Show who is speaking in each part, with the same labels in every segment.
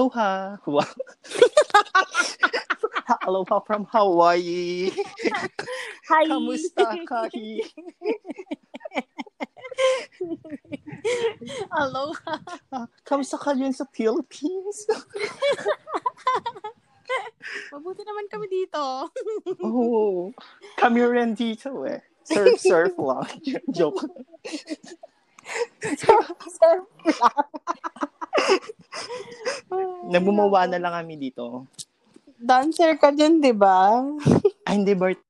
Speaker 1: Aloha. Wow. Aloha from Hawaii.
Speaker 2: Hi!
Speaker 1: Kamusta, Kahi?
Speaker 2: Aloha!
Speaker 1: Ah, kamusta ka yun sa Philippines?
Speaker 2: Mabuti naman kami dito.
Speaker 1: Oh, kami rin dito eh. Surf, surf lang. Joke.
Speaker 2: Sir,
Speaker 1: Nagumawa na lang kami dito.
Speaker 2: Oh. Dancer ka dyan, di ba?
Speaker 1: Ay, hindi, Bart.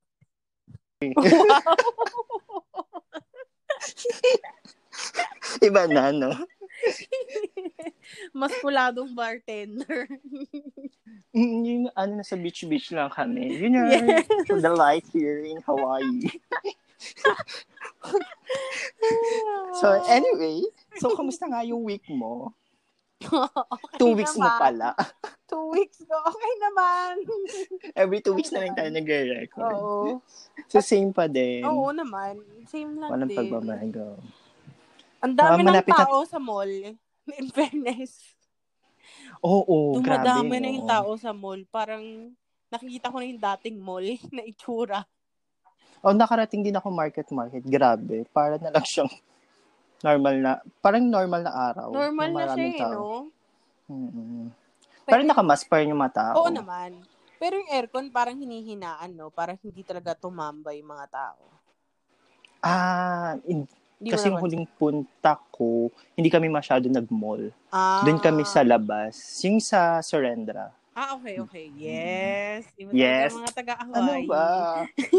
Speaker 1: Iba na, no?
Speaker 2: Mas puladong bartender.
Speaker 1: Mm, Yun, ano, nasa beach-beach lang kami. Yun yun.
Speaker 2: Yes.
Speaker 1: The life here in Hawaii. So, anyway. So, kamusta nga yung week mo?
Speaker 2: Okay
Speaker 1: Two weeks mo
Speaker 2: naman.
Speaker 1: pala.
Speaker 2: Two weeks ko. Okay naman.
Speaker 1: Every two weeks na lang tayo nagre-record.
Speaker 2: Oo.
Speaker 1: So, same pa din.
Speaker 2: Oh. Oo naman. Same lang
Speaker 1: Walang
Speaker 2: din.
Speaker 1: pagbabago.
Speaker 2: Ang dami
Speaker 1: Ah,
Speaker 2: ng
Speaker 1: malapit na-
Speaker 2: tao sa mall. In fairness.
Speaker 1: Oo, Oh, grabe.
Speaker 2: Dumadami na
Speaker 1: no?
Speaker 2: yung tao sa mall. Parang nakikita ko na yung dating mall na itsura.
Speaker 1: Oh, nakarating din ako market-market. Grabe. Para na lang siyang normal na, parang normal na araw.
Speaker 2: Normal
Speaker 1: Yung
Speaker 2: na
Speaker 1: Oh,
Speaker 2: siya,
Speaker 1: maraming
Speaker 2: eh,
Speaker 1: tao.
Speaker 2: no?
Speaker 1: Mm-mm.
Speaker 2: Pwede-
Speaker 1: Parang nakamask pa rin yung mga tao.
Speaker 2: Oo naman. Pero yung aircon parang hinihinaan, no? Parang hindi talaga tumamba yung mga tao.
Speaker 1: Ah, in,
Speaker 2: Hindi mo
Speaker 1: kasi yung
Speaker 2: naman-
Speaker 1: huling punta ko, hindi kami masyado nag-mall.
Speaker 2: Ah.
Speaker 1: Doon kami sa labas. Yung sa Surrendra.
Speaker 2: Ah, okay, okay. Yes. Iba
Speaker 1: Mm. Yes.
Speaker 2: yes. mga
Speaker 1: Ano
Speaker 2: taga-Hawaii.
Speaker 1: ba?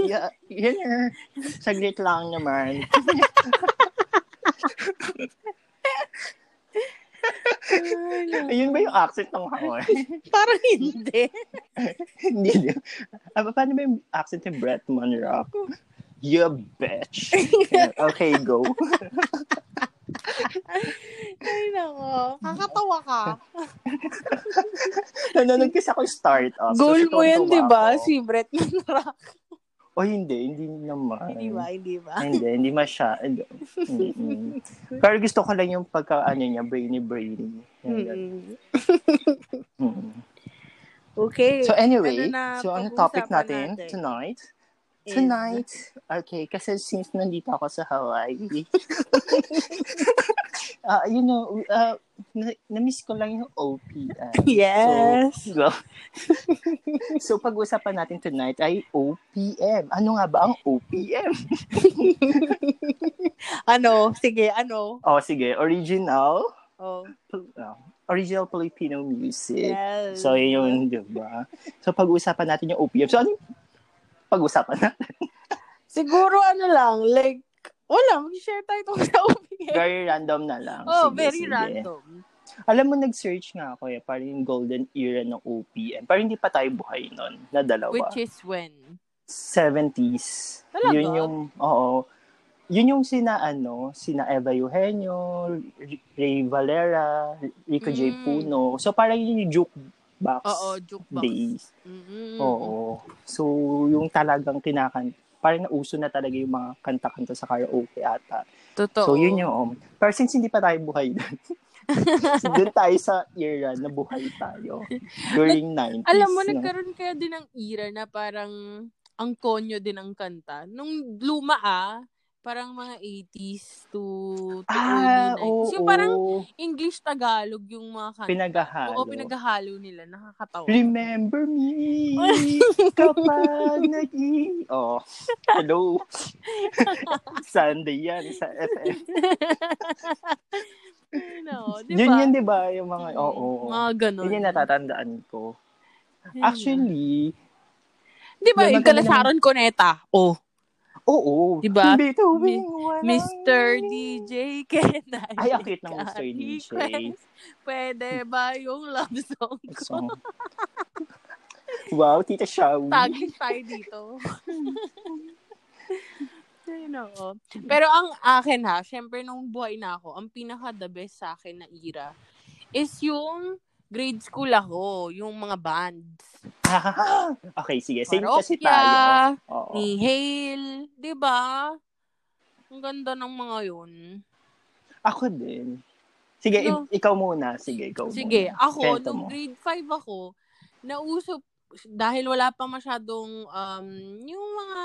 Speaker 1: yeah, yun er. Saglit lang naman. Ayun ba yung accent ng Hawaii?
Speaker 2: parang hindi.
Speaker 1: Hindi. di- Ah, paano ba yung accent ng Brett Monroe? You bitch. okay, go.
Speaker 2: Ay, nako. Kakatawa ka.
Speaker 1: Nanonood kasi ako yung start-up. Ah, So,
Speaker 2: Goal mo yan,
Speaker 1: tuwang-tuwa
Speaker 2: di ba?
Speaker 1: ako.
Speaker 2: Si Brett Manrock.
Speaker 1: Oh, hindi. Hindi naman.
Speaker 2: Hindi ba? Hindi ba?
Speaker 1: Hindi, hindi masyado. Mm-mm. Pero gusto ko lang yung pagka, ano niya, brainy-brainy. Yan,
Speaker 2: Mm-mm.
Speaker 1: mm
Speaker 2: Okay.
Speaker 1: So eh, anyway,
Speaker 2: Ano na
Speaker 1: so ang topic
Speaker 2: pag-uusapan
Speaker 1: natin,
Speaker 2: natin?
Speaker 1: tonight,
Speaker 2: Is-
Speaker 1: tonight, okay, kasi since nandito ako sa Hawaii, ah you know, uh, na- na-miss ko lang yung OPM.
Speaker 2: Yes.
Speaker 1: So, so pag-usapan natin tonight ay OPM. Ano nga ba ang OPM?
Speaker 2: Ano? Sige, ano?
Speaker 1: Oh, sige, original,
Speaker 2: Oh.
Speaker 1: ah, original Filipino music. Eh,
Speaker 2: Yes.
Speaker 1: So, yun, di ba? So, pag-usapan natin yung OPM. So, ano yung pag-usapan na?
Speaker 2: Siguro ano lang, like, wala, mag-share tayo tungkol sa OPM.
Speaker 1: Very random na lang.
Speaker 2: Oh,
Speaker 1: Sige,
Speaker 2: very
Speaker 1: sige.
Speaker 2: random.
Speaker 1: Alam mo, nag-search nga ako eh, parang yung golden era ng OPM. Parang hindi pa tayo buhay nun, na dalawa.
Speaker 2: Which is when?
Speaker 1: 70s.
Speaker 2: Talaga?
Speaker 1: Yun yung, oo. Yun yung sina, ano, sina Eva Eugenio, R- Ray Valera, Rico J.
Speaker 2: Mm.
Speaker 1: Puno. So, parang yun yung jukebox
Speaker 2: Oo, jukebox.
Speaker 1: days.
Speaker 2: Mm-mm.
Speaker 1: Oo. So, yung talagang kinakanta. Parang nauso na talaga yung mga kanta-kanta sa karaoke ata.
Speaker 2: Totoo.
Speaker 1: So, yun yung, um, pero since hindi pa tayo buhay doon, doon tayo sa era na buhay tayo during 90s.
Speaker 2: Alam
Speaker 1: no?
Speaker 2: mo, nagkaroon kaya din ng era na parang ang konyo din ang kanta. Nung luma ah, parang mga 80s to, to
Speaker 1: Ah,
Speaker 2: early 90s.
Speaker 1: oo.
Speaker 2: Yung parang English-Tagalog yung mga kanta.
Speaker 1: Pinagahalo.
Speaker 2: Oo, pinaghahalo nila. Nakakatawa.
Speaker 1: Remember me kapag nag Oh, hello. Sunday yan sa FM.
Speaker 2: no, diba?
Speaker 1: Yun yun, di ba? Yung mga, oo.
Speaker 2: Mga ganun.
Speaker 1: Yun yung natatandaan ko. Actually,
Speaker 2: Di ba,
Speaker 1: Yung
Speaker 2: yung
Speaker 1: maganda
Speaker 2: kalasaron Coneta? Oh.
Speaker 1: oo.
Speaker 2: Di ba?
Speaker 1: Bituin, walang-
Speaker 2: Mr. DJ, can I
Speaker 1: Ay, ang
Speaker 2: make
Speaker 1: cute ng
Speaker 2: a
Speaker 1: Mr. DJ.
Speaker 2: request? Pwede ba yung love song ko?
Speaker 1: So, wow, Tita Shawi.
Speaker 2: Tagin tayo dito. Ayun, oo. Pero ang akin ha, syempre nung buhay na ako, ang pinaka-the best sa akin na era is yung grade school ako, yung mga bands.
Speaker 1: okay, sige. Same kasi
Speaker 2: Parokya,
Speaker 1: tayo. Oo.
Speaker 2: Ni Hale, di ba? Ang ganda ng mga yun.
Speaker 1: Ako din. Sige,
Speaker 2: No.
Speaker 1: i- ikaw muna. Sige, ikaw
Speaker 2: Sige,
Speaker 1: muna.
Speaker 2: ako,
Speaker 1: Kwento
Speaker 2: nung
Speaker 1: mo.
Speaker 2: grade 5 ako, nausop, dahil wala pa masyadong, um, yung mga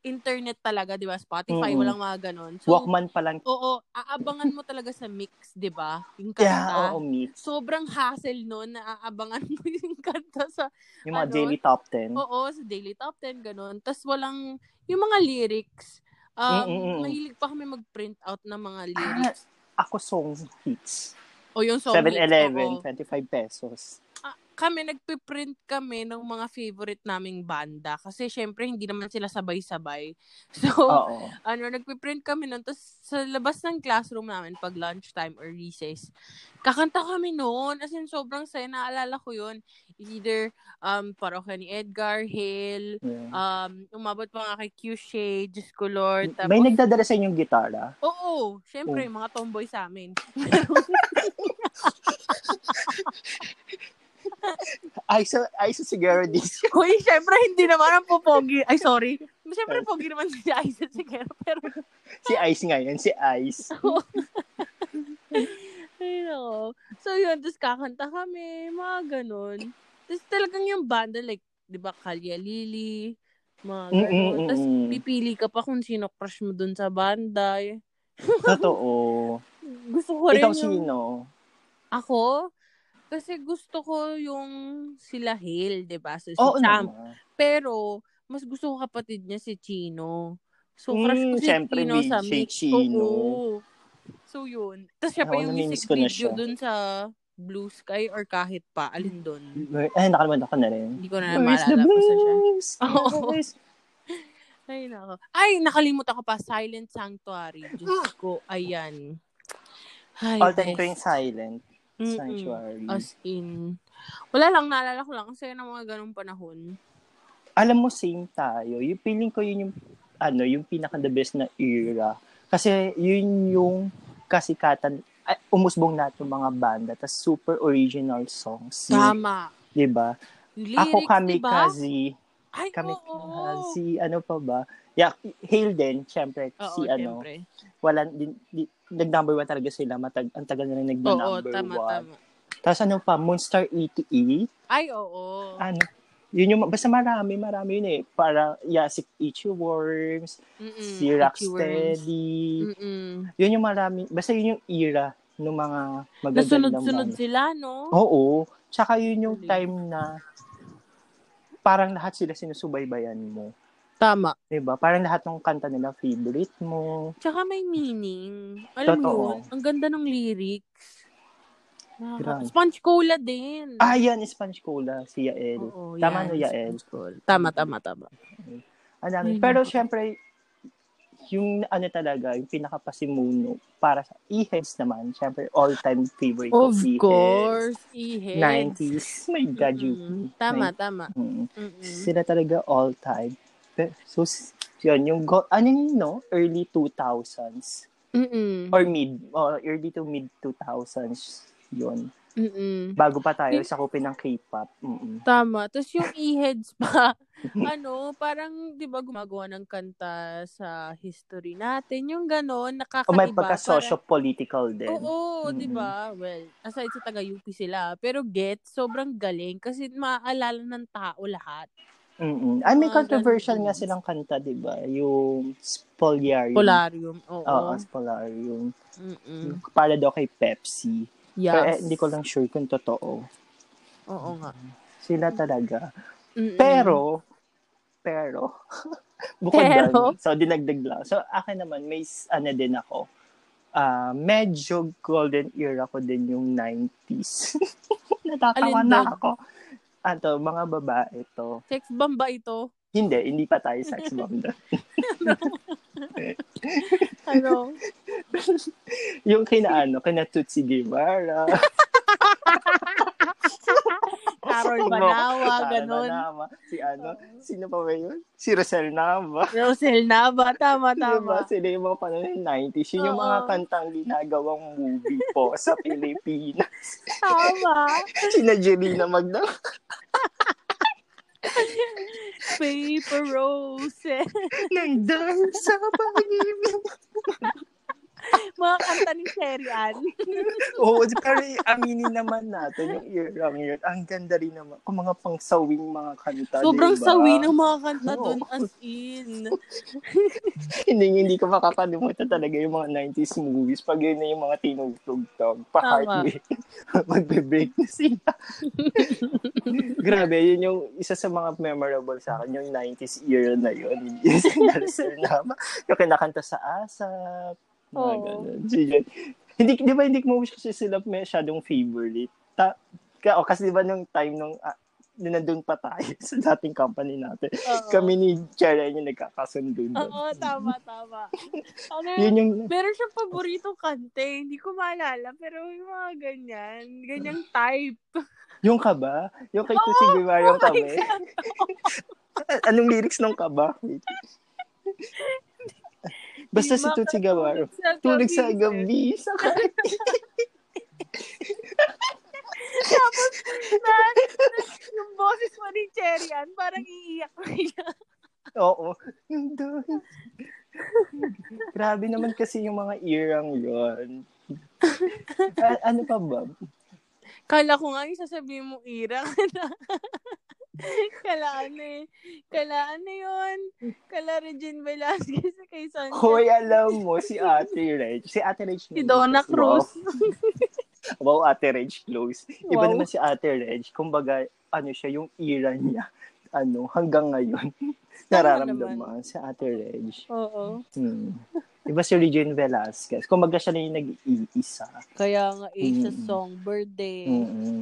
Speaker 2: internet talaga, di ba? Spotify,
Speaker 1: Mm-mm.
Speaker 2: walang mga ganon. So,
Speaker 1: Walkman pa lang.
Speaker 2: oo, aabangan mo talaga sa mix, di ba? Yung kanta.
Speaker 1: Yeah, oo, meet.
Speaker 2: Sobrang hassle nun na aabangan mo yung kanta sa,
Speaker 1: Yung mga
Speaker 2: Ano?
Speaker 1: daily top 10.
Speaker 2: oo, sa Daily Top 10, ganun. Tapos walang, yung mga lyrics,
Speaker 1: Mm-mm-mm. Ah.
Speaker 2: um, mahilig pa kami mag-print out ng mga lyrics.
Speaker 1: Ako song hits.
Speaker 2: o yung song hits,
Speaker 1: 7-Eleven,
Speaker 2: oo.
Speaker 1: 25 pesos.
Speaker 2: Ah, kami nagpiprint kami ng mga favorite naming banda kasi syempre hindi naman sila sabay-sabay. So,
Speaker 1: Oo.
Speaker 2: ano, nagpiprint kami nun. Tapos sa labas ng classroom namin pag lunchtime or recess, kakanta kami noon. As in, sobrang saya. Naalala ko yun. Either um, Parokya ni Edgar, Hale,
Speaker 1: Yeah.
Speaker 2: um, umabot pa nga kay Q Shade, Diyos ko Lord. Tapos,
Speaker 1: May nagdadala sa inyong gitara.
Speaker 2: Oo, syempre, mga tomboy sa amin.
Speaker 1: Ay, sa, ay, sa siguro this.
Speaker 2: Uy, syempre, hindi naman ang pupogi. Ay, sorry. Syempre, pogi naman si Aiza Sigero, pero
Speaker 1: si Ice ngayon, si Ice.
Speaker 2: Ayun ako. So, yun. Tapos kakanta kami. Mga ganun. Tapos talagang yung banda, like, di ba, Kalya Lili, mga
Speaker 1: Mm,
Speaker 2: ganun.
Speaker 1: Mm-mm-mm.
Speaker 2: Tapos pipili ka pa kung sino crush mo dun sa banda. Eh,
Speaker 1: Totoo.
Speaker 2: Gusto ko rin
Speaker 1: Ikaw
Speaker 2: yung...
Speaker 1: sino?
Speaker 2: Ako? Kasi gusto ko yung sila Hale, di ba? So, si
Speaker 1: Oo
Speaker 2: Champ.
Speaker 1: naman.
Speaker 2: Pero, mas gusto ko kapatid niya si Chino. So,
Speaker 1: Mm,
Speaker 2: crush ko si
Speaker 1: syempre,
Speaker 2: Chino
Speaker 1: may-
Speaker 2: sa
Speaker 1: si
Speaker 2: mix.
Speaker 1: Chino.
Speaker 2: Oo. So, yun. Tapos siya pa
Speaker 1: Ako,
Speaker 2: yung
Speaker 1: namimiss
Speaker 2: music
Speaker 1: ko na
Speaker 2: video
Speaker 1: siya.
Speaker 2: dun sa Blue Sky or kahit pa. Alin dun?
Speaker 1: Ay, nakalimad ako na rin.
Speaker 2: Hindi ko na
Speaker 1: Where's the
Speaker 2: Ah, maalala kung saan siya. Ah,
Speaker 1: blues?
Speaker 2: Oo.
Speaker 1: Where's-
Speaker 2: Ay, nako. Ay, nakalimutan ko pa. Silent Sanctuary. Diyos ko. Ayan. Ay,
Speaker 1: Ah! All time ko
Speaker 2: best.
Speaker 1: yung silent.
Speaker 2: Mm-mm.
Speaker 1: Sanctuary.
Speaker 2: As in. Wala lang, naalala ko lang. Ang saya ng mga ganong panahon.
Speaker 1: Alam mo, same tayo. Yung feeling ko yun yung, ano, yung pinaka the best na era. Kasi yun yung kasikatan, ay, umusbong natin yung mga banda, tas super original songs. Yung-
Speaker 2: Tama.
Speaker 1: Diba?
Speaker 2: Yung
Speaker 1: Ako
Speaker 2: lyrics, diba?
Speaker 1: kamikaze.
Speaker 2: Ay, oo.
Speaker 1: Kamikaze. Ano pa ba? Yeah, Hail din, syempre.
Speaker 2: Oo,
Speaker 1: si ano,
Speaker 2: syempre.
Speaker 1: wala din, di, nag-number one talaga sila. Matag, ang tagal na rin
Speaker 2: Oo,
Speaker 1: nag-number
Speaker 2: tama,
Speaker 1: one.
Speaker 2: tama.
Speaker 1: Tapos ano pa, Monster 88.
Speaker 2: Ay, oo.
Speaker 1: Ano, yun yung, basta marami, marami yun eh. Para, yeah, si Itchy Worms,
Speaker 2: Mm-mm.
Speaker 1: si Rocksteady.
Speaker 2: Mm-mm.
Speaker 1: Yun yung marami, basta yun yung era ng mga magagandang
Speaker 2: Nasunod-sunod
Speaker 1: banda.
Speaker 2: sila, no?
Speaker 1: Oo. Tsaka yun yung
Speaker 2: Actually.
Speaker 1: time na parang lahat sila sinusubaybayan mo.
Speaker 2: Tama.
Speaker 1: 'Di ba? Parang lahat ng kanta nila favorite mo.
Speaker 2: Tsaka may meaning. Alam mo
Speaker 1: Totoo.
Speaker 2: yun? Ang ganda ng lyrics. Nakaka-
Speaker 1: Grabe.
Speaker 2: Sponge Cola din.
Speaker 1: Ah, yan, Sponge Cola, si Yael.
Speaker 2: Oo,
Speaker 1: Tama no,
Speaker 2: yan,
Speaker 1: Yael?
Speaker 2: Sponge Cola. Tama, tama, tama.
Speaker 1: Ang dami.
Speaker 2: Ayun.
Speaker 1: Pero syempre, yung ano talaga, yung pinakapasimuno para sa E-heads naman, syempre all-time favorite ko,
Speaker 2: Of
Speaker 1: E-heads.
Speaker 2: course, Mm-hmm. Ihe.
Speaker 1: 90s. My God, you.
Speaker 2: Mm-mm. Tama, tama.
Speaker 1: Mm.
Speaker 2: Mm-mm.
Speaker 1: Sila talaga all-time. Pero, so, s- yun, yung, go, ano yun, no? Early 2000s.
Speaker 2: Mm-mm.
Speaker 1: Or mid, or early to mid 2000s. Yun.
Speaker 2: Mm-mm.
Speaker 1: Bago pa tayo
Speaker 2: Yun-
Speaker 1: sakupin ng K-pop. Mm-hmm. Mm-mm.
Speaker 2: Tama. Tapos yung e-heads pa, ano, parang, di ba, gumagawa ng kanta sa history natin. Yung gano'n, nakakaiba.
Speaker 1: O may
Speaker 2: Parang-
Speaker 1: pagka-socio-political din.
Speaker 2: Oo,
Speaker 1: Mm-mm.
Speaker 2: di ba? Well, aside sa taga-UP sila. Pero get, sobrang galing kasi maaalala ng tao lahat.
Speaker 1: Mm-mm. Ay, may
Speaker 2: Mga
Speaker 1: controversial
Speaker 2: Ah, ganun.
Speaker 1: nga silang kanta, di ba? Yung Spoliarium.
Speaker 2: Polarium,
Speaker 1: Oo,
Speaker 2: oo.
Speaker 1: Spoliarium.
Speaker 2: Mm-mm.
Speaker 1: Para daw kay Pepsi. Pero eh,
Speaker 2: Yes.
Speaker 1: hindi ko lang sure kung totoo.
Speaker 2: Oo nga. Mm.
Speaker 1: Sila talaga.
Speaker 2: Mm-mm.
Speaker 1: Pero, pero, bukod
Speaker 2: Pero?
Speaker 1: doon, so dinagdag lang. So, akin naman, may s- ano din ako. Ah, medyo golden era ko din yung 90s. Natatawa
Speaker 2: Alin
Speaker 1: na
Speaker 2: doon?
Speaker 1: ako. Ato, mga babae to.
Speaker 2: Sex bomb ba ito?
Speaker 1: Hindi, hindi pa tayo sex bomb doon.
Speaker 2: Ano?
Speaker 1: Yung kina ano, kina Tutsi Guevara. Ano?
Speaker 2: Carol Banawa,
Speaker 1: Carol
Speaker 2: ganun.
Speaker 1: Banawa. Si ano, sino pa ba yun? Si Rosel Nava.
Speaker 2: Rosel Nava, tama,
Speaker 1: Diba?
Speaker 2: tama.
Speaker 1: Sila yung mga panahon ng 90s. Yun yung
Speaker 2: Oo.
Speaker 1: mga kantang ginagawang movie po sa Pilipinas.
Speaker 2: Tama.
Speaker 1: Sina Jelena Magda.
Speaker 2: Paper roses.
Speaker 1: Nagdahil sa pag-ibig.
Speaker 2: Mga kanta ni Sherry Ann.
Speaker 1: Oo, pero aminin naman natin yung era ngayon. Ang ganda rin naman. Kung mga pangsawing mga kanta, diba?
Speaker 2: Sobrang sawi ng mga kanta
Speaker 1: Oo.
Speaker 2: doon as in.
Speaker 1: Hindi, hindi ko makakalimutan talaga yung mga 90s movies. Pag yun na yung mga tinugtog-tog, pa-heartbeat. Magbe-break na sila. Grabe, yun yung isa sa mga memorable sa akin, yung 90s era na yun. Yung si Nelson Lama, yung kinakanta sa ASAP. Mga
Speaker 2: Oo.
Speaker 1: ganun. So, yun. Hindi, di ba hindi mo kasi sila masyadong favorite? Ta ka, o, kasi di ba nung time nung ah, nung nandun pa tayo sa dating company natin,
Speaker 2: Oo.
Speaker 1: kami ni Chera yung nagkakasundo. nun.
Speaker 2: Oo, tama, tama. Ano,
Speaker 1: Yun yung
Speaker 2: meron siyang paboritong kante. Hindi ko maalala, pero yung mga ganyan. Ganyang type.
Speaker 1: Yung kaba? Yung kay Tutsi Guevara yung kami? Anong lyrics nung kaba? Wait. Basta si Tutsi Guevara. Tulog sa gabi. Sa kanya.
Speaker 2: Na, yung boses mo ni Cherry Ann, parang iiyak na iiyak.
Speaker 1: Oo. Yung dahil. Grabe naman kasi yung mga irang yon. A- ano pa ba?
Speaker 2: Kala ko nga yung sasabihin mo Ira. Kala ano eh. Kala ano yun? Kala Regine Velasquez kay Sanchez.
Speaker 1: Hoy, alam mo, si Ate Reg. Si Ate Reg.
Speaker 2: Si Donna Cruz.
Speaker 1: Wow, Ate Reg close. Iba
Speaker 2: Wow.
Speaker 1: naman si Ate Reg. Kumbaga, ano siya, yung era niya. Ano, hanggang ngayon. nararamdaman si Ate Reg.
Speaker 2: Oo.
Speaker 1: Hmm. Iba si Regine Velasquez. Kumbaga siya na yung nag-iisa.
Speaker 2: Kaya nga eh, sa
Speaker 1: Mm.
Speaker 2: Songbird eh.
Speaker 1: Mm-mm.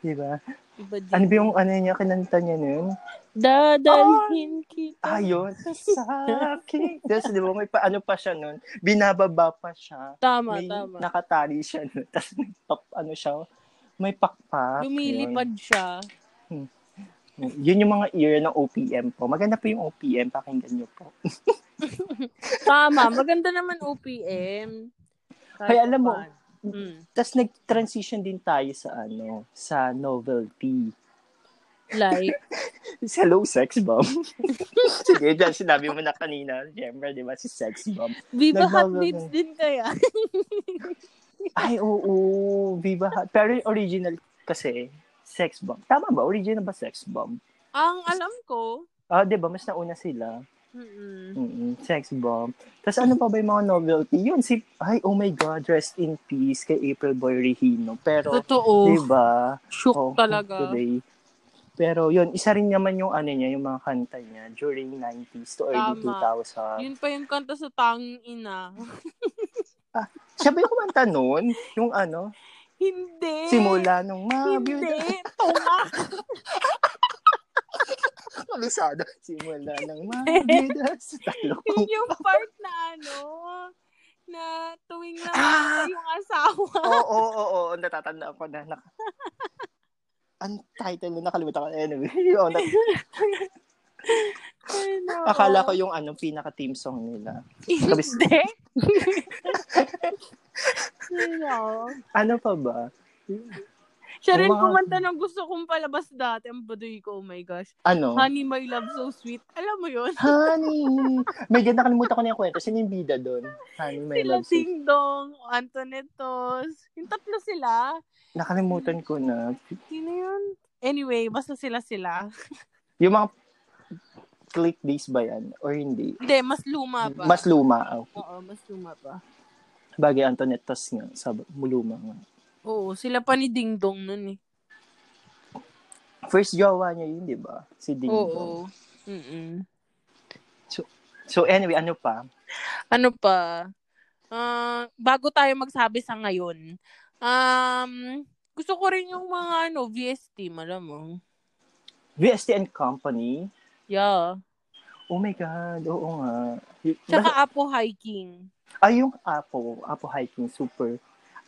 Speaker 1: Diba?
Speaker 2: Iba din.
Speaker 1: Ano ba yung ano niya, kinanta niya nun?
Speaker 2: Dadalhin kita.
Speaker 1: Ayun. Sa akin. Tapos di ba, may pa, ano pa siya nun? Binababa pa siya.
Speaker 2: Tama,
Speaker 1: May
Speaker 2: tama.
Speaker 1: nakatali siya nun. Tapos may pap- ano siya, may pakpak.
Speaker 2: Lumilipad siya.
Speaker 1: Yun. Yun yung mga era ng OPM po. Maganda po yung OPM, pakinggan niyo po.
Speaker 2: Tama, maganda naman OPM.
Speaker 1: Kaya alam mo,
Speaker 2: Kahit pa- Mm.
Speaker 1: Tapos nag-transition din tayo sa ano, sa novelty.
Speaker 2: Like,
Speaker 1: Sa low sex bomb. Sige, dyan sinabi mo na kanina. Siyempre, di ba, si sex bomb.
Speaker 2: Viva Hot
Speaker 1: Nagbago
Speaker 2: Babes
Speaker 1: na.
Speaker 2: din kaya.
Speaker 1: Ay, oo, Viva Hot. Pero yung original kasi, sex bomb. Tama ba? Original ba sex bomb?
Speaker 2: Ang alam ko,
Speaker 1: Ah, di ba? Mas nauna sila.
Speaker 2: mm
Speaker 1: Mm-mm, sex bomb. Tapos ano pa ba yung mga novelty? Yun, si, ay, oh my God, rest in peace kay April Boy Regino. Pero, di
Speaker 2: Totoo.
Speaker 1: ba?
Speaker 2: Shook
Speaker 1: Oo,
Speaker 2: talaga.
Speaker 1: Diba? Oh, today. Pero yun, isa rin naman yung ano niya, yung mga kanta niya during 90s to early
Speaker 2: Tama.
Speaker 1: 2000.
Speaker 2: Yun pa yung kanta sa tanging ina.
Speaker 1: Siya ba yung kumanta noon? Yung ano,
Speaker 2: Hindi.
Speaker 1: simula nung
Speaker 2: Eh, Hindi.
Speaker 1: mabiyoda.
Speaker 2: Tunga.
Speaker 1: Kalisado. ano, Simula nung mabiyoda. Sa talo ko.
Speaker 2: Yun yung part na ano, na tuwing na
Speaker 1: Ah!
Speaker 2: yung asawa.
Speaker 1: Oo, oo, oo, oo. Natatandaan ko na. Nak- ang title na nakalimutan ko. Anyway, yun.
Speaker 2: Ano?
Speaker 1: Akala ko yung ano, pinaka-team song nila. kabis-
Speaker 2: Hindi. Ano?
Speaker 1: Ano pa ba?
Speaker 2: Siya rin
Speaker 1: Wow.
Speaker 2: kumanta ng gusto kong palabas dati. Ang baduy ko, oh my gosh.
Speaker 1: Ano?
Speaker 2: Honey, my love, so sweet. Alam mo yun?
Speaker 1: Honey! May ganda nakalimutan ko na yung kwento. Sino yung bida doon? Honey, my
Speaker 2: sila
Speaker 1: love. Susie.
Speaker 2: Ding Dong, Antonetos. Yung tatlo sila.
Speaker 1: Nakalimutan ko na.
Speaker 2: Sino yun? Anyway, basta sila sila.
Speaker 1: Yung mga click days ba yan? Or hindi?
Speaker 2: Hindi, mas luma pa.
Speaker 1: Mas luma. Oh.
Speaker 2: Oo, mas luma pa.
Speaker 1: Bagay Antoinette Tas nga. Sa muluma nga.
Speaker 2: Oo, sila pa ni Ding Dong nun eh.
Speaker 1: First jowa niya yun, di ba? Si Ding Dong.
Speaker 2: Oo. Mm-mm.
Speaker 1: So anyway, ano pa?
Speaker 2: Ano pa? Ah, bago tayo magsabi sa ngayon, um, gusto ko rin yung mga ano, VST, alam mo.
Speaker 1: VST and Company.
Speaker 2: Yeah.
Speaker 1: Oh my God, oo nga.
Speaker 2: Tsaka Apo Hiking.
Speaker 1: Ay, yung Apo. Apo Hiking, super.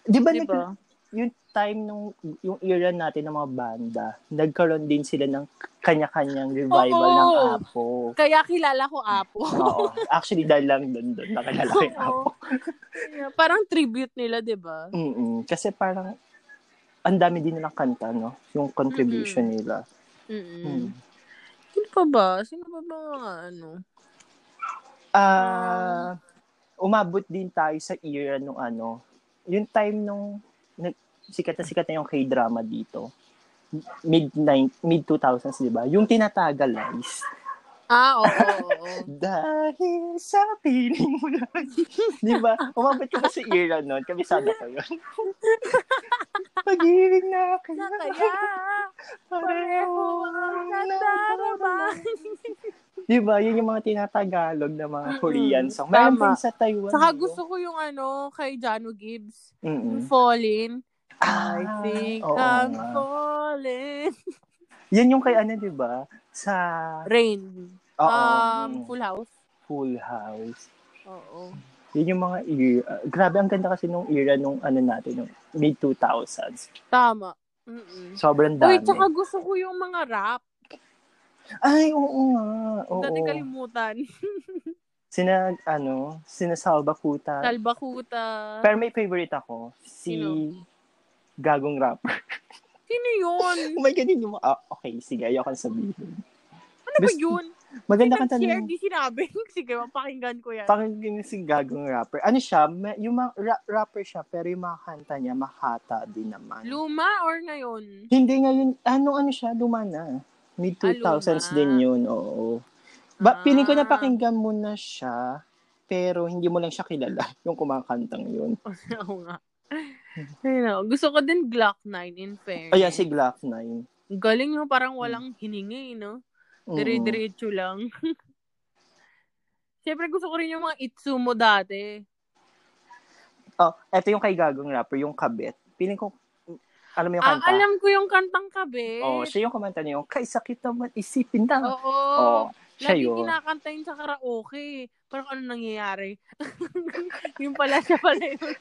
Speaker 1: Di ba,
Speaker 2: Di
Speaker 1: nag-
Speaker 2: ba?
Speaker 1: yung time nung yung era natin ng mga banda, nagkaroon din sila ng kanya-kanyang revival
Speaker 2: Oo.
Speaker 1: ng Apo.
Speaker 2: Kaya kilala ko Apo.
Speaker 1: Oo. Actually, dahil lang doon doon nakilala ko yung Apo.
Speaker 2: Oo. Yeah, Parang tribute nila, di ba?
Speaker 1: Mm-mm. Kasi parang ang dami din nilang kanta, no? Yung contribution nila. Mm.
Speaker 2: Mm-mm. Sino pa ba? Sino pa ba mga ano?
Speaker 1: Ah, umabot din tayo sa era nung ano, yung time nung nag- sikat na sikat na yung K-drama dito. Mid mid 2000s, 'di ba? Yung tinatagalize.
Speaker 2: Ah, oo, oo, oo.
Speaker 1: Dahil sa piling mo lagi. Di ba? Umabot ka sa era nun. Kabisado ko yun. Pag-ibig na
Speaker 2: Na
Speaker 1: kaya.
Speaker 2: kaya, pareho ang nagdarama.
Speaker 1: Di ba? Yun yung mga tinatagalog na mga
Speaker 2: Mm-mm.
Speaker 1: Korean song. Meron
Speaker 2: Tama.
Speaker 1: din sa Taiwan.
Speaker 2: Saka
Speaker 1: no?
Speaker 2: gusto ko yung ano, kay Jano Gibbs.
Speaker 1: Mm-mm.
Speaker 2: Yung Falling.
Speaker 1: Ah,
Speaker 2: I think
Speaker 1: oo
Speaker 2: I'm
Speaker 1: nga.
Speaker 2: falling.
Speaker 1: Yan yung kay ano, di ba? Sa...
Speaker 2: Rain.
Speaker 1: Oo,
Speaker 2: um,
Speaker 1: mm,
Speaker 2: Full House.
Speaker 1: Full House.
Speaker 2: Oo.
Speaker 1: Yun yung mga era. grabe, ang ganda kasi nung era nung ano natin, nung mid-2000s.
Speaker 2: Tama. Mm-mm.
Speaker 1: Sobrang
Speaker 2: Uy,
Speaker 1: dami.
Speaker 2: tsaka gusto ko yung mga rap.
Speaker 1: Ay, oo nga. Oo.
Speaker 2: Dati kalimutan.
Speaker 1: Sina, ano, sinasalba kuta.
Speaker 2: Talbakuta.
Speaker 1: Pero may favorite ako, si
Speaker 2: Sino?
Speaker 1: Gagong Rapper.
Speaker 2: Sino yun?
Speaker 1: Oh my God, hindi mo, ah, okay, sige, ayoko na sabihin.
Speaker 2: Ano ba
Speaker 1: Basta-
Speaker 2: yun?
Speaker 1: Maganda
Speaker 2: Hindi
Speaker 1: kanta
Speaker 2: share,
Speaker 1: niya.
Speaker 2: di sinabi. Sige, mapakinggan ko yan.
Speaker 1: Pakinggan niyo si Gagong Rapper. Ano siya, may- yung mga, ra- rapper siya, pero yung mga kanta niya, mahata din naman.
Speaker 2: Luma or ngayon?
Speaker 1: Hindi ngayon, anong ano siya, luma na. Mid-2000s
Speaker 2: Ah, luma.
Speaker 1: din yun, oo. Ba, piling ko na
Speaker 2: Ah.
Speaker 1: pakinggan mo na siya, pero hindi mo lang siya kilala, yung kumakantang yun.
Speaker 2: Oo nga. Ayun na. Gusto ko din Glock 9 in fairness.
Speaker 1: Ayan, Oh, si Glock 9.
Speaker 2: Ang Galing no, parang walang hiningi, no?
Speaker 1: Mm.
Speaker 2: Dire-diretso lang. Siyempre gusto ko rin yung mga Itsumo dati.
Speaker 1: Oh, eto yung kay Gagong Rapper, yung kabit. Piling ko, alam mo yung
Speaker 2: Ah,
Speaker 1: kanta?
Speaker 2: alam ko yung kantang kabe.
Speaker 1: Oh, siya yung kumanta niya, yung, kay sakit naman, isipin na.
Speaker 2: Oo.
Speaker 1: Oh, siya
Speaker 2: Lagi
Speaker 1: yun.
Speaker 2: kinakanta yun sa karaoke. Parang ano nangyayari? yung pala siya pala yun.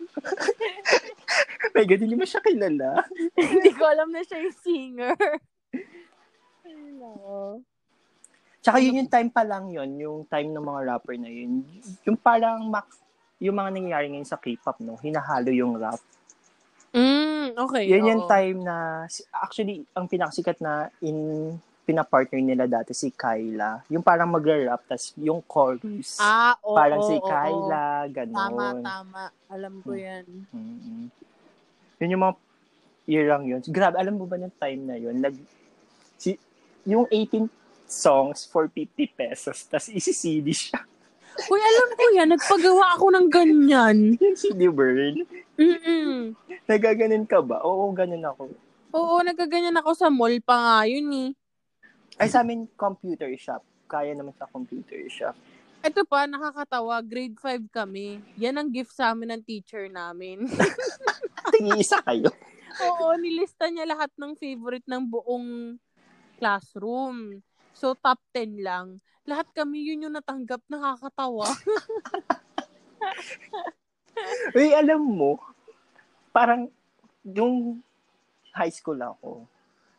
Speaker 1: May ganun, hindi mo siya kilala.
Speaker 2: Hindi ko alam na siya yung singer. Ayun ako.
Speaker 1: Tsaka yun
Speaker 2: Ano?
Speaker 1: yung time pa lang yun, yung time ng mga rapper na yun. Yung parang, mak- yung mga nangyayari ngayon sa K-pop, no? Hinahalo yung rap.
Speaker 2: Mm, okay.
Speaker 1: Yun yung
Speaker 2: oo.
Speaker 1: time na, actually, ang pinakasikat na in pinapartner nila dati si Kyla. Yung parang magra-rap, tas yung chorus.
Speaker 2: Ah, oo.
Speaker 1: parang si
Speaker 2: oo, oo.
Speaker 1: Kyla, Hmm. ganun.
Speaker 2: Tama, tama. Alam ko yan.
Speaker 1: mm Yun yung mga irang yun. Grabe, alam mo ba ng time na yun? Nag, si, yung 18 songs for 50 pesos, tas isi-CD siya.
Speaker 2: Uy, alam ko yan. Nagpagawa ako ng ganyan.
Speaker 1: Yung CD burn.
Speaker 2: Mm-mm.
Speaker 1: Nagaganon ka ba? Oo, ganun ako.
Speaker 2: Oo, nagkaganyan ako sa mall pa nga yun eh.
Speaker 1: Ay, sa amin, computer shop. Kaya naman sa computer shop.
Speaker 2: Ito pa, nakakatawa, grade 5 kami. Yan ang gift sa amin ng teacher namin.
Speaker 1: Tingi-isa kayo.
Speaker 2: Oo, nilista niya lahat ng favorite ng buong classroom. So, top 10 lang. Lahat kami yun yung natanggap, nakakatawa.
Speaker 1: Uy, alam mo, parang yung high school ako,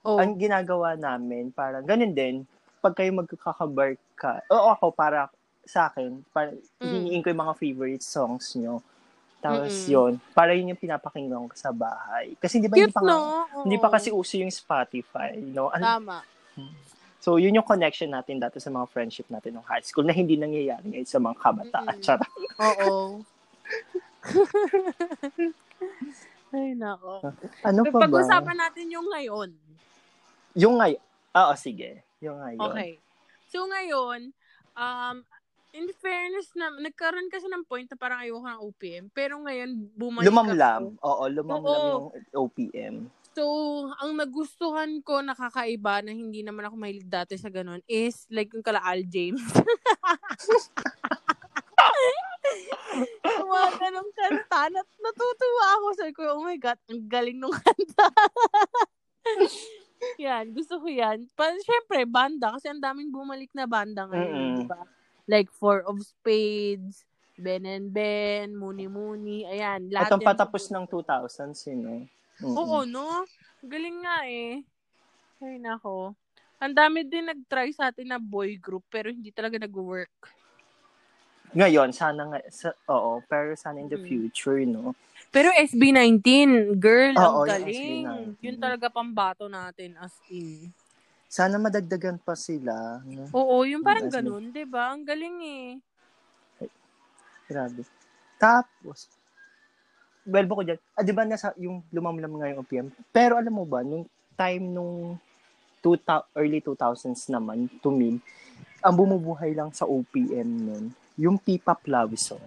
Speaker 2: Oh.
Speaker 1: ang ginagawa namin, parang ganun din, pag kayo magkakabar ka, oo ako, para sa akin, para,
Speaker 2: Mm.
Speaker 1: hiniin ko yung mga favorite songs nyo. Tapos
Speaker 2: Mm-mm.
Speaker 1: yun, para yun yung pinapakinggan ko sa bahay. Kasi hindi ba hindi
Speaker 2: Cute,
Speaker 1: pa, nga-
Speaker 2: no? Oo.
Speaker 1: hindi pa kasi uso yung Spotify, no? Ano-
Speaker 2: Tama.
Speaker 1: so yun yung connection natin dati sa mga friendship natin ng high school na hindi nangyayari ngayon sa mga kabataan.
Speaker 2: Mm-mm.
Speaker 1: Charot.
Speaker 2: Oo. Ay, nako.
Speaker 1: Ano pa ba?
Speaker 2: Pag-usapan natin yung ngayon.
Speaker 1: Yung ngay Oo, sige. Yung ngayon.
Speaker 2: Okay. So, ngayon, um, in fairness na, nagkaroon kasi ng point na parang ayoko ng OPM. Pero ngayon, bumalik ako.
Speaker 1: Lumamlam. Oo, lumamlam
Speaker 2: Oo.
Speaker 1: yung OPM.
Speaker 2: So, ang nagustuhan ko nakakaiba na hindi naman ako mahilig dati sa ganun is like yung kala Al James. Yung Mga ganong kanta. Nat- natutuwa ako. Sabi ko, oh my God, ang galing nung kanta. yan, gusto ko yan. Pa, syempre, banda. Kasi ang daming bumalik na banda ngayon.
Speaker 1: Mm-mm.
Speaker 2: di ba? Like Four of Spades, Ben and Ben, Muni Muni, ayan.
Speaker 1: At
Speaker 2: Lahat
Speaker 1: ang
Speaker 2: yan.
Speaker 1: patapos ng 2000s, yun, no? Mm-mm.
Speaker 2: Oo, no? Galing nga eh. Ay, nako. Ang dami din nag-try sa atin na boy group pero hindi talaga nag-work.
Speaker 1: Ngayon, sana nga, sa, oo, pero sana in the
Speaker 2: Mm.
Speaker 1: future, no?
Speaker 2: Pero SB19, girl,
Speaker 1: Oo,
Speaker 2: ang
Speaker 1: yung
Speaker 2: galing.
Speaker 1: SB19.
Speaker 2: Yun talaga pambato natin as in.
Speaker 1: Sana madagdagan pa sila. No?
Speaker 2: Oo, yung parang
Speaker 1: Yung SB19.
Speaker 2: ganun, 'di ba? Ang galing eh.
Speaker 1: Grabe. Tapos, well, ko dyan, ah, di ba nasa yung lumamulam nga yung OPM? Pero alam mo ba, nung time nung 2000, early 2000s naman, to me, ang bumubuhay lang sa OPM nun, yung Pipa Plavison.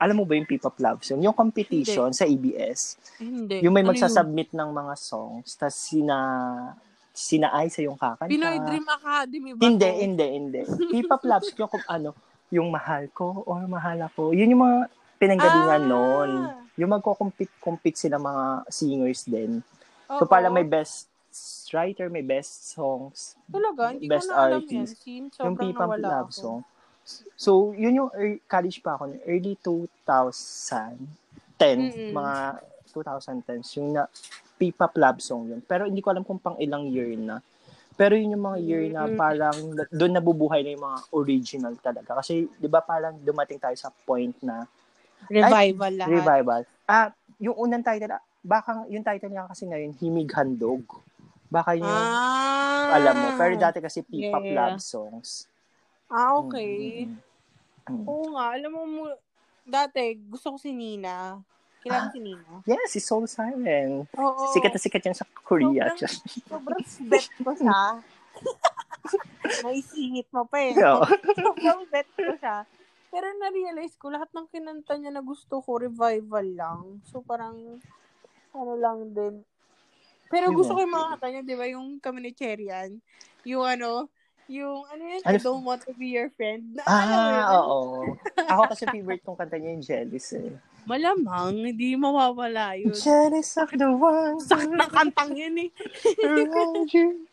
Speaker 1: Alam mo ba yung Pipa Plavison? Yung competition sa ABS.
Speaker 2: Hindi.
Speaker 1: Yung may
Speaker 2: Ano
Speaker 1: magsasubmit ng mga songs, tas sina, sina Aiza yung kakanta.
Speaker 2: Pinoy Dream Academy ba?
Speaker 1: Hindi,
Speaker 2: to?
Speaker 1: hindi, hindi. K-pop loves yung kung ano, yung mahal ko or mahal ako. Yun yung mga pinanggalingan
Speaker 2: Ah!
Speaker 1: noon. Yung magko-compete-compete sila mga singers din. So,
Speaker 2: Oo.
Speaker 1: pala may best writer, may best songs,
Speaker 2: Talaga, hindi
Speaker 1: best
Speaker 2: ko na alam
Speaker 1: artist.
Speaker 2: yan. Sin,
Speaker 1: yung
Speaker 2: sobrang
Speaker 1: K-pop
Speaker 2: nawala
Speaker 1: love
Speaker 2: ako.
Speaker 1: song. So, yun yung ear- college pa ako, nun, early 2000, 10,
Speaker 2: Mm-mm.
Speaker 1: mga 2010s, yung na, P-pop love song yun. Pero hindi ko alam kung pang ilang year na. Pero yun yung mga year na
Speaker 2: Mm-mm.
Speaker 1: parang na- doon nabubuhay na yung mga original talaga. Kasi, di ba parang dumating tayo sa point na
Speaker 2: Revival lahat.
Speaker 1: revival. Ah, yung unang title, ah, baka yung title niya kasi ngayon, Himig Handog. Baka yun yung
Speaker 2: Ah.
Speaker 1: alam mo. Pero dati kasi P-pop
Speaker 2: Yeah.
Speaker 1: love songs.
Speaker 2: Ah, okay.
Speaker 1: Mm, mm, mm.
Speaker 2: Oo nga, alam mo, mu- dati gusto ko si Nina. Kailangan si Nina.
Speaker 1: Yes, si Soul Siren.
Speaker 2: Oo.
Speaker 1: Sikat na sikat yan sa Korea.
Speaker 2: Oh. Sobrang- Sobrang bet ko siya. Naisingit mo pa eh.
Speaker 1: Oo.
Speaker 2: Sobrang bet ko siya. Pero na-realize ko, lahat ng kinanta niya na gusto ko, revival lang. So, parang, ano lang din. Pero
Speaker 1: Diba?
Speaker 2: gusto ko yung mga kanta niya, di ba? Yung kami ni Cherian. Yung ano, yung ano yan,
Speaker 1: Ano-
Speaker 2: I don't want to be your friend. Na, alam mo yun?
Speaker 1: ah, oo. Ako kasi favorite kong kanta niya yung Jealous eh.
Speaker 2: Malamang, hindi mawawala yun.
Speaker 1: Jealous of the one
Speaker 2: Sakit ng kantang yun eh.
Speaker 1: around you.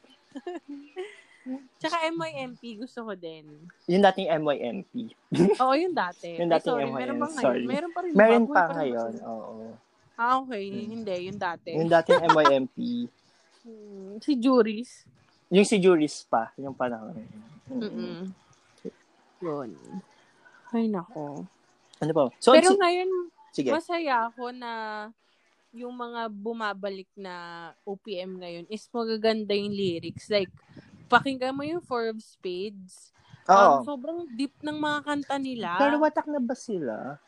Speaker 2: Tsaka MYMP gusto ko din.
Speaker 1: Yung dating MYMP.
Speaker 2: Oo, yung dati.
Speaker 1: Yung
Speaker 2: Ay,
Speaker 1: dating
Speaker 2: sorry,
Speaker 1: MYM,
Speaker 2: meron pa ngayon.
Speaker 1: sorry.
Speaker 2: Meron pa rin. eh, di ba?
Speaker 1: Meron
Speaker 2: Buhay
Speaker 1: pa
Speaker 2: rin ba
Speaker 1: ngayon,
Speaker 2: sila?
Speaker 1: oo.
Speaker 2: Ah, okay.
Speaker 1: Mm.
Speaker 2: Hindi, yung dati.
Speaker 1: Yung dating MYMP.
Speaker 2: Mm, Si Juris.
Speaker 1: Yung si Juris pa, yung panahon. Mm-mm.
Speaker 2: Mm-mm. Yun. Ay, nako.
Speaker 1: Ano pa? So,
Speaker 2: Pero
Speaker 1: si-
Speaker 2: ngayon,
Speaker 1: sige.
Speaker 2: masaya ako na yung mga bumabalik na OPM ngayon is magaganda yung lyrics. Like, pakinggan mo yung Four of Spades. Um,
Speaker 1: Oo.
Speaker 2: sobrang deep ng mga kanta nila.
Speaker 1: Pero watak na ba sila?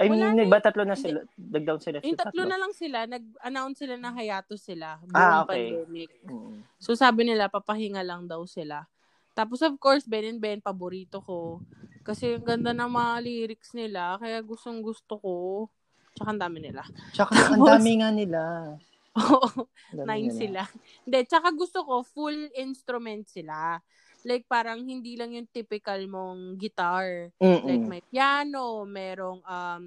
Speaker 1: I mean,
Speaker 2: Wala na eh.
Speaker 1: nagba tatlo na sila. Nag-down sila sa
Speaker 2: Yung tatlo na lang sila, nag-announce sila na hayato sila buong
Speaker 1: Ah, okay.
Speaker 2: pandemic.
Speaker 1: Mm.
Speaker 2: So sabi nila, papahinga lang daw sila. Tapos of course, Ben and Ben, paborito ko. Kasi ang ganda ng mga lyrics nila, kaya gustong gusto ko. Tsaka ang dami nila.
Speaker 1: Tsaka, ang
Speaker 2: Tapos-
Speaker 1: dami nga nila.
Speaker 2: Oo,
Speaker 1: Ang dami
Speaker 2: nine
Speaker 1: nila.
Speaker 2: sila. Hindi, tsaka gusto ko, full instrument sila. Like parang hindi lang yung typical mong guitar.
Speaker 1: Mm-mm.
Speaker 2: Like may piano, merong um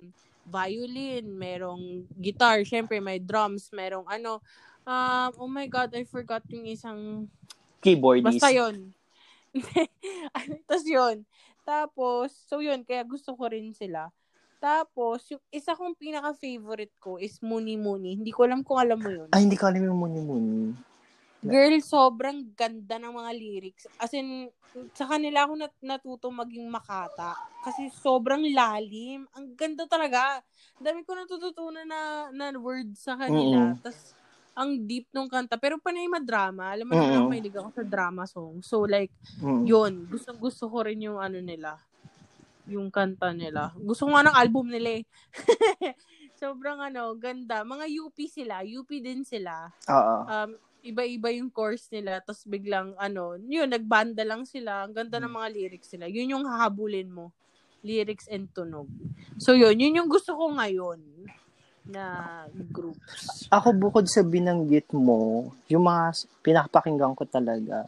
Speaker 2: violin, merong guitar, syempre may drums, merong ano. Um, oh my God, I forgot yung isang...
Speaker 1: keyboardist.
Speaker 2: Basta yun. Tapos yun. Tapos, so yun, kaya gusto ko rin sila. Tapos, yung isa kong pinaka-favorite ko is Muni Muni. Hindi ko alam kung alam mo yun.
Speaker 1: Ay, hindi ko alam yung Muni Muni.
Speaker 2: Girl, sobrang ganda ng mga lyrics. As in, sa kanila ako nat- natuto maging makata. Kasi sobrang lalim. Ang ganda talaga. Ang Dami ko natututunan na, na words sa kanila.
Speaker 1: Mm-mm.
Speaker 2: tas ang deep nung kanta. Pero panay madrama. Alam mo naman
Speaker 1: Mm-mm.
Speaker 2: ako, mahilig ako sa drama song. So, like,
Speaker 1: Mm.
Speaker 2: yun. Gustong gusto ko rin yung ano nila. Yung kanta nila. Gusto ko nga ng album nila eh. sobrang ano, ganda. Mga UP sila. UP din sila
Speaker 1: Oo.
Speaker 2: um, iba-iba yung course nila, tapos biglang, ano, yun, nagbanda lang sila. Ang ganda
Speaker 1: Hmm.
Speaker 2: ng mga lyrics nila. Yun yung hahabulin mo. Lyrics and tunog. So, yun. Yun yung gusto ko ngayon na groups.
Speaker 1: Ako bukod sa binanggit mo, yung mga s- pinapakinggan ko talaga,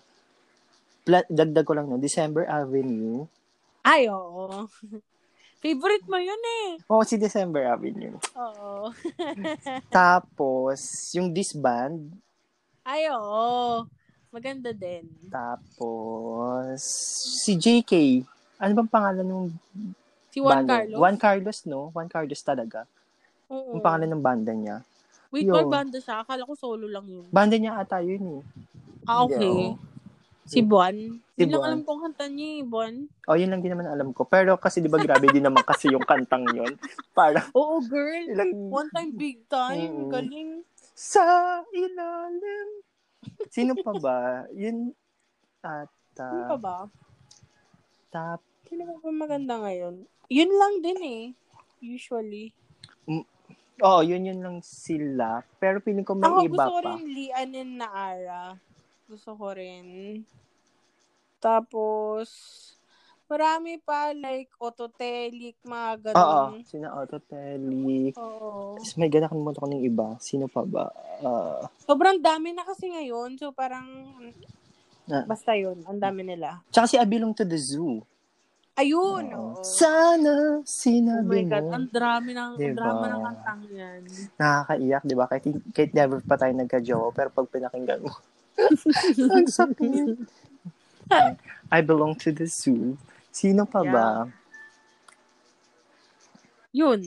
Speaker 1: pla- dagdag ko lang no, December Avenue.
Speaker 2: Ay, oo. Favorite mo yun eh.
Speaker 1: Oo, si December Avenue.
Speaker 2: Oo.
Speaker 1: Tapos, yung disband.
Speaker 2: Ay, oo. Maganda din.
Speaker 1: Tapos, si JK. Ano bang pangalan ng
Speaker 2: Si Juan
Speaker 1: banda?
Speaker 2: Carlos.
Speaker 1: Juan Carlos, no? Juan Carlos talaga.
Speaker 2: Oo.
Speaker 1: Yung pangalan ng banda niya.
Speaker 2: Wait,
Speaker 1: Yun.
Speaker 2: may banda siya. Akala ko solo lang yun.
Speaker 1: Banda niya ata yun eh.
Speaker 2: Ah, okay.
Speaker 1: Yeah.
Speaker 2: Si Buwan.
Speaker 1: Si
Speaker 2: Hindi lang
Speaker 1: Buwan.
Speaker 2: alam kong kanta niya eh, Buwan.
Speaker 1: Oh, yun lang din naman alam ko. Pero kasi di ba grabe din naman kasi yung kantang yon Parang
Speaker 2: Oo, girl.
Speaker 1: ilang
Speaker 2: One time, big
Speaker 1: Mm.
Speaker 2: time. Galing.
Speaker 1: sa ilalim. Sino pa ba? Yun
Speaker 2: Ano pa
Speaker 1: ata.
Speaker 2: ba?
Speaker 1: Tap.
Speaker 2: Sino pa ba maganda ngayon? Yun lang din eh. usually.
Speaker 1: Oo, Oh, yun yun lang sila. Pero piling ko may
Speaker 2: Ako
Speaker 1: iba
Speaker 2: gusto ko
Speaker 1: pa.
Speaker 2: rin Lian and Naara. Gusto ko rin. Tapos, marami pa like Ototelik,
Speaker 1: Oo,
Speaker 2: mga ganun.
Speaker 1: sina Autotelic.
Speaker 2: Oo.
Speaker 1: Tapos may ganakon mo ako ng iba. Sino pa ba? Ah,
Speaker 2: Sobrang dami na kasi ngayon. So, parang,
Speaker 1: Ah.
Speaker 2: basta yun. Ang dami nila.
Speaker 1: tsaka si Abilong to the Zoo.
Speaker 2: Ayun!
Speaker 1: Oo.
Speaker 2: oo.
Speaker 1: Sana
Speaker 2: Oh
Speaker 1: sinabi
Speaker 2: my God,
Speaker 1: mo.
Speaker 2: ang drama ng, ang
Speaker 1: Diba?
Speaker 2: drama ng kantang yan.
Speaker 1: Nakakaiyak, di ba? Kahit, kahit never pa tayo nagka-jowa, pero pag pinakinggan mo, ang sakit. I belong to the zoo. Sino pa
Speaker 2: Yeah.
Speaker 1: ba?
Speaker 2: Yun.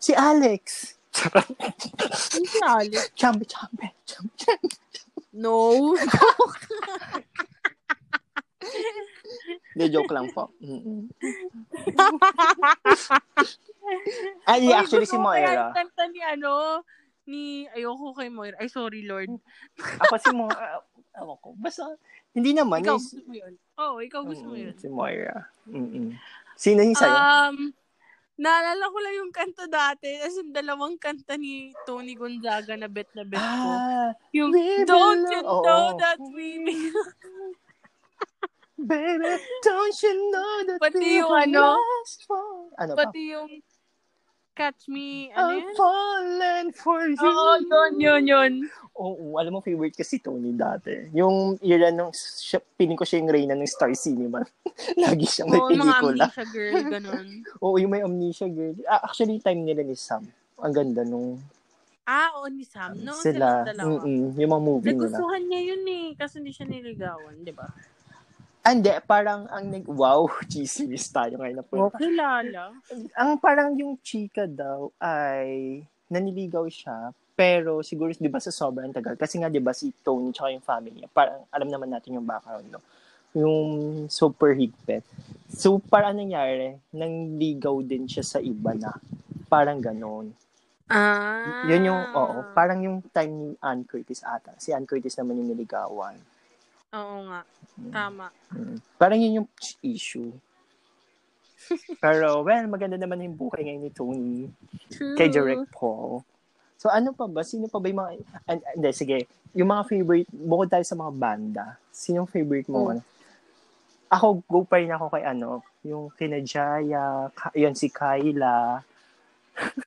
Speaker 1: Si Alex!
Speaker 2: Yung si Alex.
Speaker 1: Chambe, chambe, chambe, chambe.
Speaker 2: No.
Speaker 1: Hindi, joke lang po. Mm-mm. Ay,
Speaker 2: Uy,
Speaker 1: actually si
Speaker 2: gusto ko kaya
Speaker 1: Moira.
Speaker 2: yung kanta ni ano, ni, ayoko kay Moira. Ay, sorry, Lord.
Speaker 1: Ako si Moira. Ako ko. Basta, hindi naman.
Speaker 2: ikaw,
Speaker 1: yung-
Speaker 2: gusto mo yun. Oo, ikaw gusto mo
Speaker 1: Mm,
Speaker 2: yun.
Speaker 1: Si Moira. Mm-mm. Sino yung sa'yo?
Speaker 2: Um, naalala ko lang yung kanta dati. As in, dalawang kanta ni Tony Gonzaga na bet na bet ko.
Speaker 1: ah,
Speaker 2: Yung,
Speaker 1: we
Speaker 2: don't you
Speaker 1: belong-
Speaker 2: know
Speaker 1: Oo.
Speaker 2: that we belong.
Speaker 1: Baby, don't you know that
Speaker 2: Pati
Speaker 1: we
Speaker 2: yung
Speaker 1: were
Speaker 2: ano?
Speaker 1: last for... Ano pa?
Speaker 2: Pati yung, catch me, ano
Speaker 1: I'm
Speaker 2: yun?
Speaker 1: falling for you.
Speaker 2: Oo, yun, yun, yun.
Speaker 1: Oo, alam mo, favorite kasi Tony dati. Yung era nung, siya, piling ko siya yung Reyna ng Star Cinema. Lagi siyang may
Speaker 2: Oo, mga
Speaker 1: pelikula.
Speaker 2: amnesia girl, ganun.
Speaker 1: Oo, yung may amnesia girl. Ah, actually, yung time nila ni Sam. Ang ganda nung
Speaker 2: Ah, oo, ni Sam. Noon
Speaker 1: sila.
Speaker 2: silang dalawa.
Speaker 1: Mm-mm, yung mga movie nila.
Speaker 2: Nagustuhan niya yun eh, kasi hindi siya niligawan, di ba?
Speaker 1: Ah, Hindi, parang ang nag, wow, chismis tayo ngayon na po.
Speaker 2: Kilala.
Speaker 1: Ang parang yung chika daw ay naniligaw siya, pero siguro, di ba, sa sobrang tagal. Kasi nga, di ba, si Tony tsaka yung family niya, parang alam naman natin yung background, no? Yung super higpit. So, parang anong nangyari, nangligaw din siya sa iba na. Parang ganon.
Speaker 2: Ah.
Speaker 1: Yun yung, oo, parang yung time ni Ann Curtis ata. Si Ann Curtis naman yung niligawan.
Speaker 2: Oo nga.
Speaker 1: Mm.
Speaker 2: Tama.
Speaker 1: Mm. Parang yun yung issue. Pero, well, maganda naman yung buhay ngayon ni Tony
Speaker 2: True.
Speaker 1: kay Direct Paul. So, ano pa ba? Sino pa ba yung mga... and- and- Hindi, sige. Yung mga favorite, bukod tayo sa mga banda, sinong favorite mo?
Speaker 2: Oh.
Speaker 1: Ano? Ako, go pa rin ako kay ano, yung kina Jaya, Ka- yun si Kyla.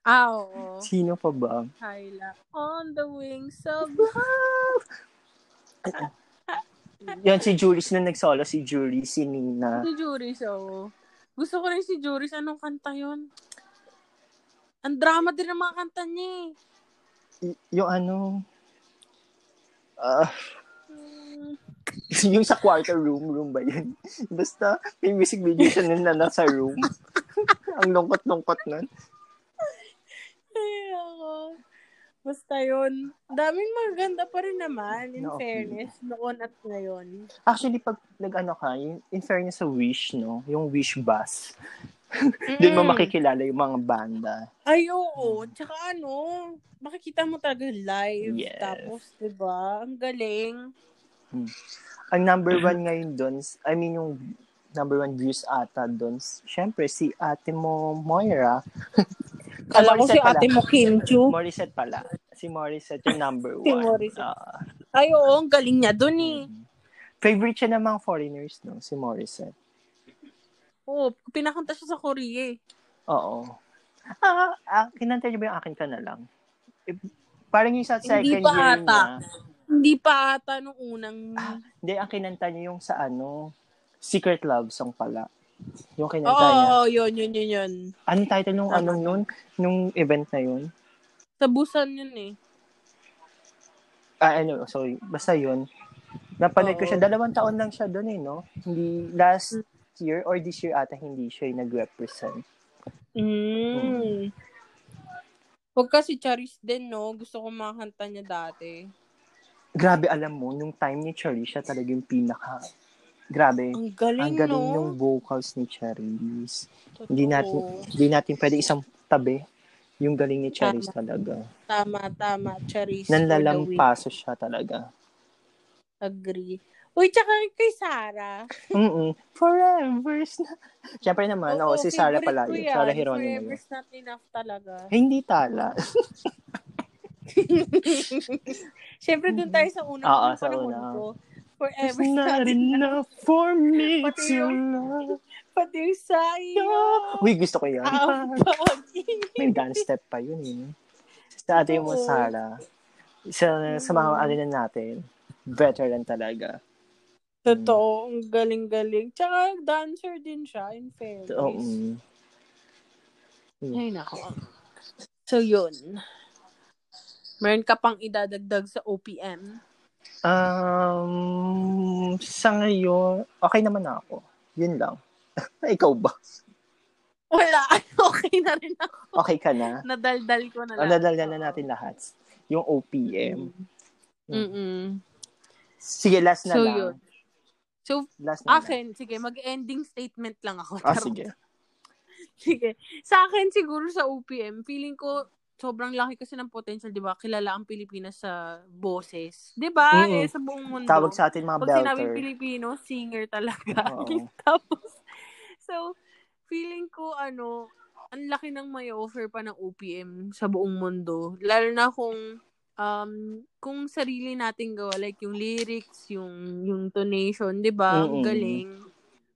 Speaker 2: Ah, oo.
Speaker 1: Sino pa ba?
Speaker 2: Kyla. On the wings of...
Speaker 1: Yun, si Juris na nag-solo, si Juris, si Nina.
Speaker 2: si Juris, oo. Gusto ko rin si Juris. Anong kanta yun? Ang drama din ng mga kanta niya eh.
Speaker 1: Y- yung ano, ah,
Speaker 2: Hmm.
Speaker 1: yung sa quarter room, room ba yun? Basta, may music video siya nun na nasa room. Ang lungkot-lungkot nun.
Speaker 2: eh. Ay, ako. Basta yun. Daming maganda pa rin naman, in
Speaker 1: No, okay.
Speaker 2: fairness, noon at ngayon.
Speaker 1: Actually, pag nag-ano ka, yung, in fairness sa Wish, no? Yung Wish Bus. Doon mo
Speaker 2: Hmm.
Speaker 1: makikilala yung mga banda.
Speaker 2: Ay,
Speaker 1: Hmm.
Speaker 2: oo. Tsaka ano, makikita mo talaga live.
Speaker 1: Yes.
Speaker 2: Tapos, di ba? Ang galing.
Speaker 1: Ang number
Speaker 2: Mm-hmm.
Speaker 1: one ngayon doon, I mean, yung number one views ata doon, syempre, si ate mo Moira.
Speaker 2: Kala ko si
Speaker 1: Morissette pala.
Speaker 2: ate mo Kim Chu.
Speaker 1: Morissette pala. Si Morissette yung number
Speaker 2: Oh. Si
Speaker 1: one.
Speaker 2: Morissette.
Speaker 1: Ah,
Speaker 2: Ay, oo. Ang galing niya dun eh.
Speaker 1: Hmm. favorite siya ng mga foreigners, no? Si Morissette.
Speaker 2: Oo. Pinakanta siya sa Korea eh.
Speaker 1: Oo. Ah, ah, kinanta niyo ba yung akin ka na lang? Eh, Parang yung sa second
Speaker 2: Hindi pa
Speaker 1: year
Speaker 2: ata.
Speaker 1: niya.
Speaker 2: Hindi pa ata nung unang...
Speaker 1: Hindi, ang kinanta niya yung sa ano, Secret Love Song pala. Yung
Speaker 2: Oo,
Speaker 1: kinanta niya.
Speaker 2: oo, yun, yun, yun, yun.
Speaker 1: Ano title nung
Speaker 2: Tama.
Speaker 1: anong yun? Nung event na yun?
Speaker 2: Sa Busan yun eh.
Speaker 1: Ah, ano, sorry. Basta yun. Napanood ko
Speaker 2: Oo.
Speaker 1: siya. Dalawang taon lang siya doon eh, no? Hindi, last year or this year ata hindi siya yung nag-represent. Hmm.
Speaker 2: Mm. Huwag kasi Charis din, no? Gusto ko makanta niya dati.
Speaker 1: Grabe, alam mo, nung time ni Charisse, siya talaga yung pinaka... Grabe.
Speaker 2: Ang
Speaker 1: Ang
Speaker 2: galing,
Speaker 1: galing
Speaker 2: no?
Speaker 1: yung vocals ni Charisse.
Speaker 2: Totoo.
Speaker 1: Hindi natin, hindi natin pwede isang tabi yung galing ni Charisse talaga.
Speaker 2: Tama, tama. Charis. for the win.
Speaker 1: Nanlalampaso siya talaga.
Speaker 2: Agree. Uy, tsaka kay Sarah.
Speaker 1: Mm-mm. Forever Snap. Siyempre naman, oo, Ano, si Sarah
Speaker 2: favorite
Speaker 1: pala
Speaker 2: ko
Speaker 1: yun.
Speaker 2: yan.
Speaker 1: Sarah Geronimo.
Speaker 2: Forever's
Speaker 1: yun.
Speaker 2: not enough talaga.
Speaker 1: Eh, hindi tala.
Speaker 2: Siyempre, dun tayo sa unang
Speaker 1: Oo,
Speaker 2: unang
Speaker 1: sa
Speaker 2: panahon
Speaker 1: una.
Speaker 2: ko.
Speaker 1: It's
Speaker 2: Forever
Speaker 1: not
Speaker 2: Snotty.
Speaker 1: enough for me
Speaker 2: Pati
Speaker 1: to
Speaker 2: yung-
Speaker 1: love
Speaker 2: Pati yung sa iyo.
Speaker 1: you. Uy, gusto ko yan.
Speaker 2: Ang pogi.
Speaker 1: May dance step pa yun. Eh. Sa ate mo,
Speaker 2: Oo. Mm.
Speaker 1: Sarah. Sa, sa mga ano na natin, veteran talaga.
Speaker 2: Totoo. Ang galing-galing. Tsaka, dancer din siya, in fairness.
Speaker 1: Oo. mm.
Speaker 2: Ay, nako. So, yun. Meron ka pang idadagdag sa OPM?
Speaker 1: Um, sa ngayon, okay naman ako. Yun lang. Ikaw ba?
Speaker 2: Wala. Okay na rin ako.
Speaker 1: Okay ka na?
Speaker 2: Nadaldal ko na
Speaker 1: Ang
Speaker 2: lang.
Speaker 1: dadalhan na natin lahat. Yung OPM.
Speaker 2: Mm. Mm-mm.
Speaker 1: Sige, last na
Speaker 2: So,
Speaker 1: lang.
Speaker 2: yun. So,
Speaker 1: Last na lang.
Speaker 2: akin, sige, mag-ending statement lang ako.
Speaker 1: Ah,
Speaker 2: Charot.
Speaker 1: sige.
Speaker 2: Sige. Sa akin siguro sa OPM, feeling ko sobrang laki kasi ng potential, 'di ba? Kilala ang Pilipinas sa boses, 'di ba?
Speaker 1: Mm.
Speaker 2: Eh sa buong mundo.
Speaker 1: Tawag sa atin mga
Speaker 2: Pag
Speaker 1: belter.
Speaker 2: sinabing Pilipino, singer talaga.
Speaker 1: Oo.
Speaker 2: Tapos so feeling ko ano, ang laki ng may offer pa ng OPM sa buong mundo. Lalo na kung um kung sarili nating gawa like yung lyrics, yung yung tonation, 'di ba? Ang
Speaker 1: Mm-mm.
Speaker 2: galing.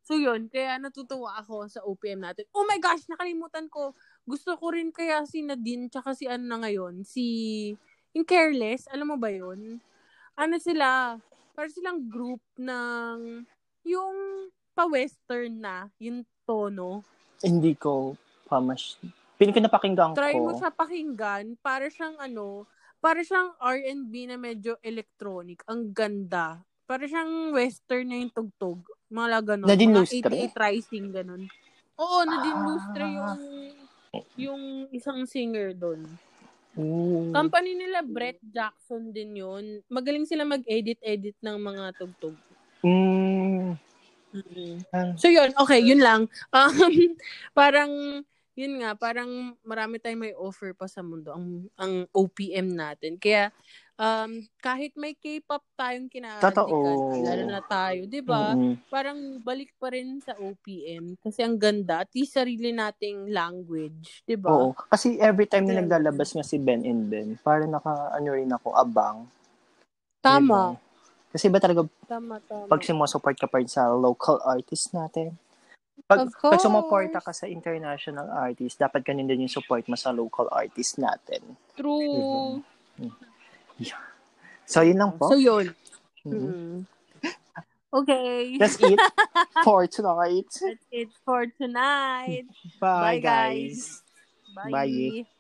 Speaker 2: So yun, kaya natutuwa ako sa OPM natin. Oh my gosh, nakalimutan ko. Gusto ko rin kaya si Nadine tsaka si ano na ngayon, si yung Careless, alam mo ba yun? Ano sila? Para silang group ng yung pa-western na, yung tono.
Speaker 1: Hindi ko pa mas... Piling ko napakinggan ko.
Speaker 2: Try mo siya pakinggan para siyang ano, para siyang R&B na medyo electronic. Ang ganda. Para siyang western na yung tugtog. Mga ganun.
Speaker 1: Nadine
Speaker 2: Mga
Speaker 1: Lustre?
Speaker 2: 88 rising, ganun. Oo, Nadine
Speaker 1: Ah.
Speaker 2: Lustre yung yung isang singer doon.
Speaker 1: Mm.
Speaker 2: Company nila, Brett Jackson din yun. Magaling sila mag-edit-edit ng mga tugtog. Mm-hmm.
Speaker 1: Mm. Ah.
Speaker 2: So yun, okay, yun lang. Um, parang yun nga, parang marami tayong may offer pa sa mundo ang ang OPM natin. Kaya um, kahit may K-pop tayong
Speaker 1: Totoo.
Speaker 2: kinaartikan, lalo na tayo, 'di ba?
Speaker 1: Mm-mm.
Speaker 2: Parang balik pa rin sa OPM kasi ang ganda at least sarili nating language, 'di ba?
Speaker 1: Oo. Kasi every time na
Speaker 2: Ganun.
Speaker 1: naglalabas nga si Ben and Ben, parang naka, ano rin ako, abang.
Speaker 2: Tama,
Speaker 1: Diba? Kasi ba talaga
Speaker 2: tama, tama.
Speaker 1: pag sumusupport ka pa rin sa local artist natin? Pag,
Speaker 2: Of course.
Speaker 1: pag sumuporta ka sa international artist, dapat ganun din yung support mo sa local artist natin.
Speaker 2: True.
Speaker 1: Diba? So, yun lang po.
Speaker 2: So yun.
Speaker 1: Mhm.
Speaker 2: Mm. Okay.
Speaker 1: That's it for tonight.
Speaker 2: That's it for tonight.
Speaker 1: Bye,
Speaker 2: Bye, guys.
Speaker 1: guys.
Speaker 2: Bye.
Speaker 1: Bye.